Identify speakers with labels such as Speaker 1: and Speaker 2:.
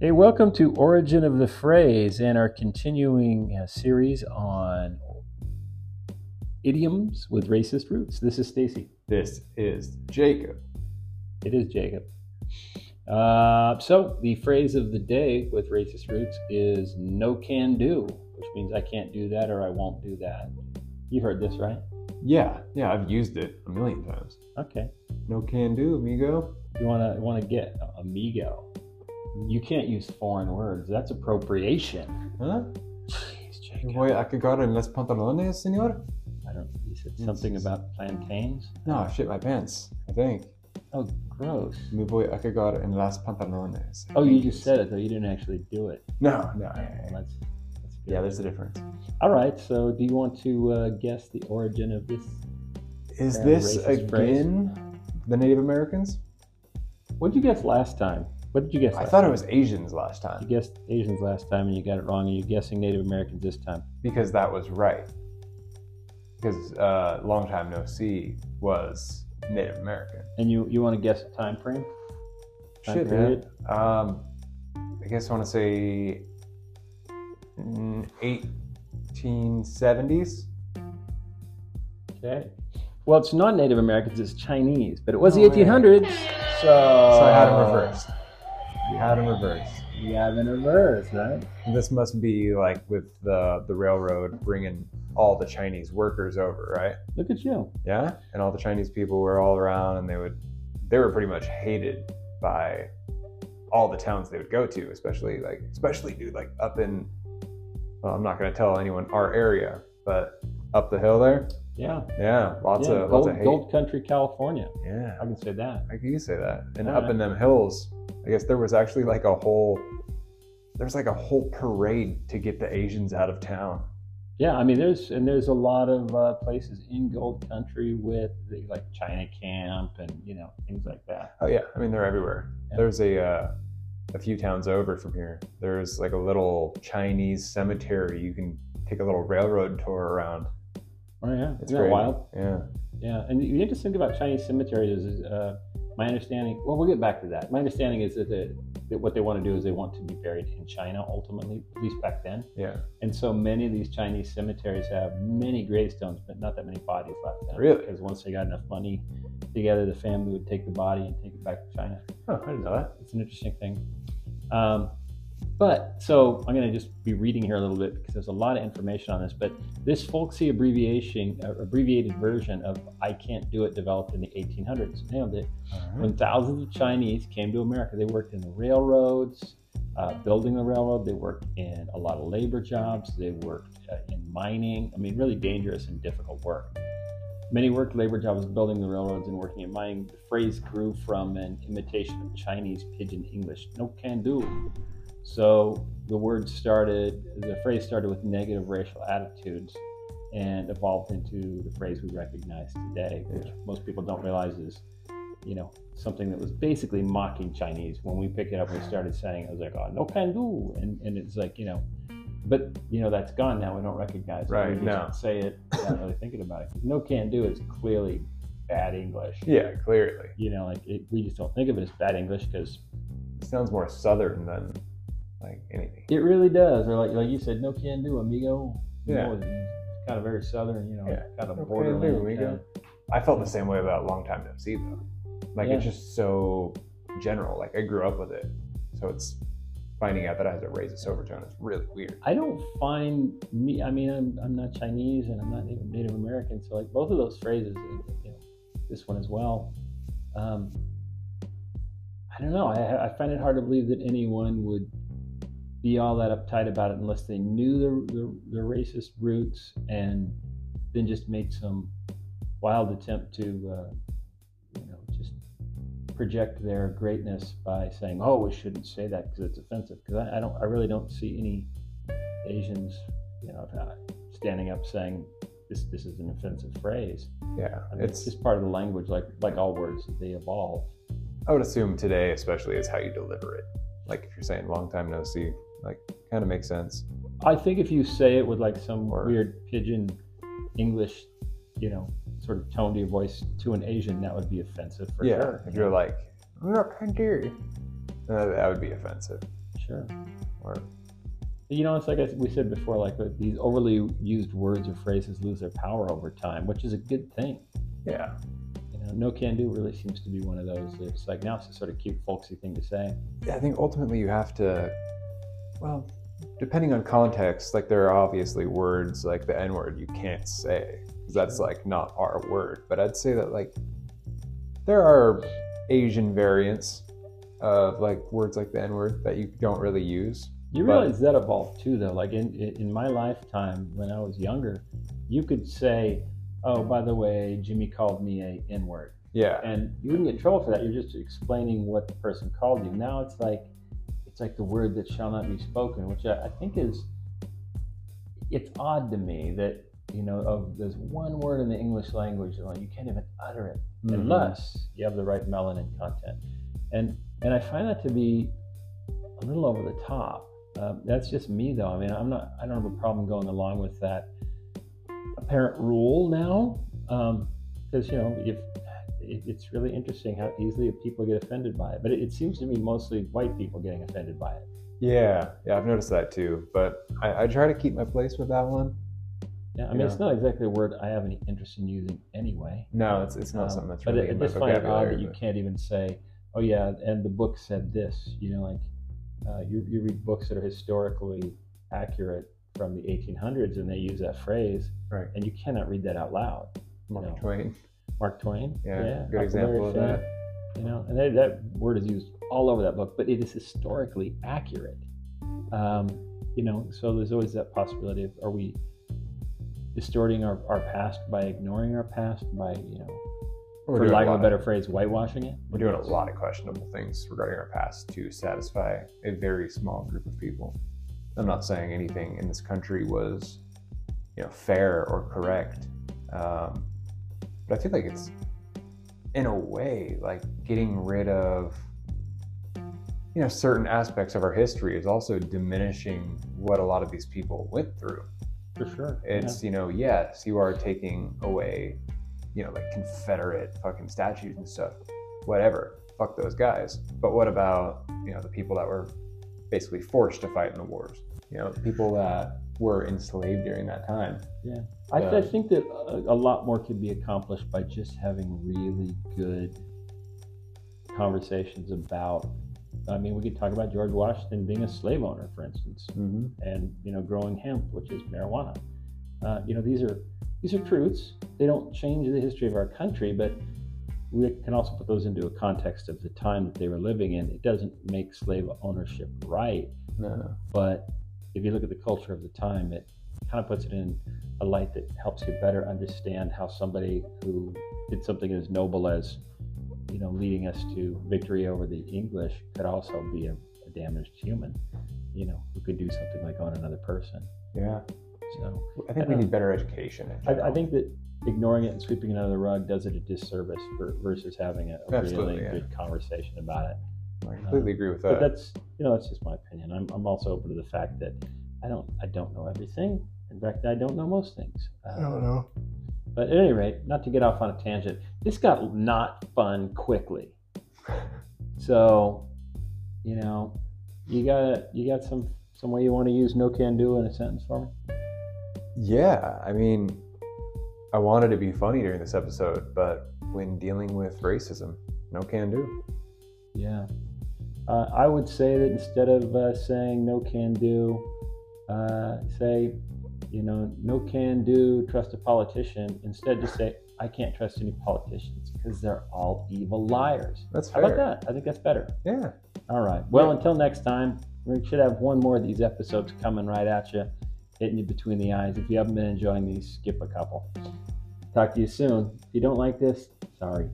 Speaker 1: Hey, welcome to Origin of the Phrase and our continuing uh, series on idioms with racist roots. This is Stacy.
Speaker 2: This is Jacob.
Speaker 1: It is Jacob. Uh, so, the phrase of the day with racist roots is no can do, which means I can't do that or I won't do that. You heard this, right?
Speaker 2: Yeah, yeah, I've used it a million times.
Speaker 1: Okay.
Speaker 2: No can do, amigo.
Speaker 1: You want to want to get amigo. You can't use foreign words. That's appropriation.
Speaker 2: Huh?
Speaker 1: Jeez, Jacob.
Speaker 2: Voy a cagar en las pantalones, señor?
Speaker 1: I don't. You said something about plantains.
Speaker 2: No, I shit my pants, I think.
Speaker 1: Oh, gross.
Speaker 2: Me voy a cagar en las pantalones. I
Speaker 1: Oh, you
Speaker 2: think
Speaker 1: just
Speaker 2: it's-
Speaker 1: said it though. You didn't actually do it.
Speaker 2: No, no.
Speaker 1: Oh, that's, that's good.
Speaker 2: Yeah, there's a difference.
Speaker 1: All right. So, do you want to uh, guess the origin of this?
Speaker 2: Is
Speaker 1: Yeah,
Speaker 2: this
Speaker 1: racist phrase.
Speaker 2: again the Native Americans?
Speaker 1: What did you guess last time? What did you guess?
Speaker 2: I
Speaker 1: last
Speaker 2: thought it
Speaker 1: time?
Speaker 2: was Asians last
Speaker 1: You
Speaker 2: time
Speaker 1: guessed Asians last time, and you got it wrong, and you're guessing Native Americans this time.
Speaker 2: because that was right. Because uh, long time no see was Native American.
Speaker 1: And you you want to guess the time frame? Time
Speaker 2: Shit, man.
Speaker 1: period?
Speaker 2: Um, I guess I want to say mm, 1870s.
Speaker 1: Okay. Well, it's not Native Americans; it's Chinese, but it was
Speaker 2: No
Speaker 1: the 1800s. So,
Speaker 2: So I
Speaker 1: Uh,
Speaker 2: had them reversed. I had them reversed.
Speaker 1: You have in reverse, right?
Speaker 2: This must be like with the the railroad bringing all the Chinese workers over, right?
Speaker 1: Look at you.
Speaker 2: Yeah, and all the Chinese people were all around, and they would they were pretty much hated by all the towns they would go to, especially like especially dude like up in well, I'm not gonna tell anyone our area, but up the hill there.
Speaker 1: Yeah.
Speaker 2: Yeah, lots
Speaker 1: yeah,
Speaker 2: of
Speaker 1: gold,
Speaker 2: lots of hate.
Speaker 1: gold country, California.
Speaker 2: Yeah,
Speaker 1: I can say that.
Speaker 2: I can say that. And
Speaker 1: All
Speaker 2: up
Speaker 1: right.
Speaker 2: in them hills, I guess there was actually like a whole there's like a whole parade to get the Asians out of town.
Speaker 1: Yeah, I mean, there's and there's a lot of uh, places in Gold Country with the, like China Camp and you know things like that.
Speaker 2: Oh yeah, I mean they're everywhere.
Speaker 1: Yeah.
Speaker 2: There's a uh, a few towns over from here. There's like a little Chinese cemetery. You can take a little railroad tour around.
Speaker 1: Oh yeah,
Speaker 2: It's
Speaker 1: isn't that
Speaker 2: crazy.
Speaker 1: wild?
Speaker 2: Yeah.
Speaker 1: Yeah, and you have to think about Chinese cemeteries. Is, uh, my understanding. Well, we'll get back to that. My understanding is that, the, that what they want to do is they want to be buried in China ultimately, at least back then.
Speaker 2: Yeah.
Speaker 1: And so many of these Chinese cemeteries have many gravestones, but not that many bodies left. in them.
Speaker 2: Really?
Speaker 1: Because once they got enough money together, the family would take the body and take it back to China.
Speaker 2: Oh, I didn't know that.
Speaker 1: it's an interesting thing. Um, but so I'm going to just be reading here a little bit because there's a lot of information on this. But this folksy abbreviation, uh, abbreviated version of "I can't do it" developed in the 1800s. Nailed it. When thousands of Chinese came to America, they worked in the railroads, uh, building the railroad. They worked in a lot of labor jobs. They worked uh, in mining. I mean, really dangerous and difficult work. Many worked labor jobs building the railroads and working in mining. The phrase grew from an imitation of Chinese pidgin English, no can do. So the word started, the phrase started with negative racial attitudes and evolved into the phrase we recognize today, which
Speaker 2: Yeah.
Speaker 1: most people don't realize is you know, something that was basically mocking Chinese. When we picked it up, we started saying it was like, oh, no can do. And, and it's like, you know, but, you know, that's gone now. We don't recognize it.
Speaker 2: Right,
Speaker 1: We just
Speaker 2: no.
Speaker 1: say it without really thinking about it. 'Cause No can do is clearly bad English.
Speaker 2: Yeah, clearly.
Speaker 1: You know, like it, we just don't think of it as bad English because
Speaker 2: It sounds more southern than like anything.
Speaker 1: it really does. Or like like you said, no can do, amigo. You
Speaker 2: Yeah.
Speaker 1: know, it's kind of very southern, you know,
Speaker 2: Yeah.
Speaker 1: kind of
Speaker 2: No can
Speaker 1: borderland.
Speaker 2: do, amigo.
Speaker 1: kinda-
Speaker 2: I felt the same way about Long Time No See though. Like it's just so general. Like I grew up with it, so it's finding out that I had to raise this overtone is really weird.
Speaker 1: I don't find me. I mean, I'm, I'm not Chinese and I'm not Native, Native American, so like both of those phrases, and, you know, this one as well. Um, I don't know. I, I find it hard to believe that anyone would be all that uptight about it unless they knew the the, the racist roots and then just made some wild attempt to, uh, you know, just project their greatness by saying, "Oh, we shouldn't say that because it's offensive." Because I, I don't, I really don't see any Asians, you know, uh, standing up saying this this is an offensive phrase.
Speaker 2: Yeah,
Speaker 1: I mean, it's,
Speaker 2: it's.
Speaker 1: just part of the language, like like all words, they evolve.
Speaker 2: I would assume today, especially, is how you deliver it. Like if you're saying "long time no see," like kind of makes sense.
Speaker 1: I think if you say it with like some
Speaker 2: Or-
Speaker 1: weird pigeon English, you know, sort of tone to your voice to an Asian, that would be offensive for
Speaker 2: yeah,
Speaker 1: sure.
Speaker 2: if you're like "I'm not kind of," uh, that would be offensive.
Speaker 1: Sure.
Speaker 2: or
Speaker 1: You know, it's like I, we said before, like uh, these overly used words or phrases lose their power over time, which is a good thing.
Speaker 2: yeah.
Speaker 1: You know, no can do really seems to be one of those. It's like now it's a sort of cute, folksy thing to say.
Speaker 2: Yeah, I think ultimately you have to, well, depending on context, like there are obviously words like the N word you can't say 'cause that's like not our word. But I'd say that like there are Asian variants of like words like the N word that you don't really use.
Speaker 1: You
Speaker 2: Right.
Speaker 1: realize that evolved too, though. Like in in in my lifetime, when I was younger, you could say, "Oh, by the way, Jimmy called me a N word,"
Speaker 2: Yeah,
Speaker 1: and you wouldn't get in trouble for that. You're just explaining what the person called you. Now it's like it's like the word that shall not be spoken, which I, I think is it's odd to me that you know of there's one word in the English language that like, you can't even utter it unless you have the right melanin content. And and I find that to be a little over the top. Um, that's just me though. I mean, I'm not. I don't have a problem going along with that apparent rule now, because you know if. It, it's really interesting how easily people get offended by it, but it, it seems to me mostly white people getting offended by it.
Speaker 2: yeah, yeah. I've noticed that too. But I, I try to keep my place with that one.
Speaker 1: Yeah, I mean, it's not exactly a word I have any interest in using anyway.
Speaker 2: No, it's it's not
Speaker 1: Um,
Speaker 2: something that's
Speaker 1: but
Speaker 2: really
Speaker 1: I- I
Speaker 2: in my
Speaker 1: just find it odd
Speaker 2: vocabulary.
Speaker 1: that you
Speaker 2: but-
Speaker 1: can't even say, "Oh yeah," and the book said this. You know, like uh, you you read books that are historically accurate from the 1800s, and they use that phrase,
Speaker 2: Right.
Speaker 1: and you cannot read that out loud.
Speaker 2: Mark
Speaker 1: no.
Speaker 2: Twain.
Speaker 1: Mark Twain,
Speaker 2: Yeah, good
Speaker 1: Huckleberry
Speaker 2: example of
Speaker 1: Finn,
Speaker 2: that.
Speaker 1: You know, and that, that word is used all over that book, but it is historically accurate. Um, you know, so there's always that possibility of are we distorting our, our past by ignoring our past by you know
Speaker 2: We're
Speaker 1: for
Speaker 2: doing
Speaker 1: lack of
Speaker 2: lot
Speaker 1: a better phrase, whitewashing it.
Speaker 2: We're doing a lot of questionable things regarding our past to satisfy a very small group of people. I'm not saying anything in this country was, you know, fair or correct, um, but I feel like it's, in a way, like getting rid of, you know, certain aspects of our history is also diminishing what a lot of these people went through.
Speaker 1: for sure.
Speaker 2: It's you know, yes, you are taking away, you know, like Confederate fucking statues and stuff, whatever. Fuck those guys. But what about you know the people that were basically forced to fight in the wars? You know, people that were enslaved during that time.
Speaker 1: yeah. I, I
Speaker 2: yeah.
Speaker 1: think that a, a lot more could be accomplished by just having really good conversations about. I mean, we could talk about George Washington being a slave owner, for instance,
Speaker 2: Mm-hmm.
Speaker 1: and you know, growing hemp, which is marijuana. Uh, you know, these are these are truths. They don't change the history of our country, but we can also put those into a context of the time that they were living in. It doesn't make slave ownership right,
Speaker 2: No, no.
Speaker 1: but if you look at the culture of the time, it kind of puts it in a light that helps you better understand how somebody who did something as noble as, you know, leading us to victory over the English could also be a, a damaged human, you know, who could do something like on another person.
Speaker 2: Yeah,
Speaker 1: So
Speaker 2: I think we need better education.
Speaker 1: I,
Speaker 2: in
Speaker 1: I
Speaker 2: general.
Speaker 1: think that ignoring it and sweeping it under the rug does it a disservice for, versus having a, a really
Speaker 2: Absolutely, yeah.
Speaker 1: good conversation about it.
Speaker 2: I completely agree with
Speaker 1: But
Speaker 2: that.
Speaker 1: that's you know that's just my opinion. I'm, I'm also open to the fact that I don't I don't know everything. In fact, I don't know most things. Uh,
Speaker 2: know.
Speaker 1: But at any rate, not to get off on a tangent, this got not fun quickly. So, you know, you got you got some some way you want to use no can do in a sentence for me?
Speaker 2: Yeah, I mean, I wanted to be funny during this episode, but when dealing with racism, no can do.
Speaker 1: Yeah. Uh, I would say that instead of uh, saying no can do, uh, say, you know, no can do, trust a politician. Instead, just say, I can't trust any politicians because they're all evil liars.
Speaker 2: That's
Speaker 1: How
Speaker 2: fair.
Speaker 1: about that? I think that's better.
Speaker 2: Yeah.
Speaker 1: All right. Well, until next time, we should have one more of these episodes coming right at you, hitting you between the eyes. If you haven't been enjoying these, skip a couple. Talk to you soon. If you don't like this, sorry.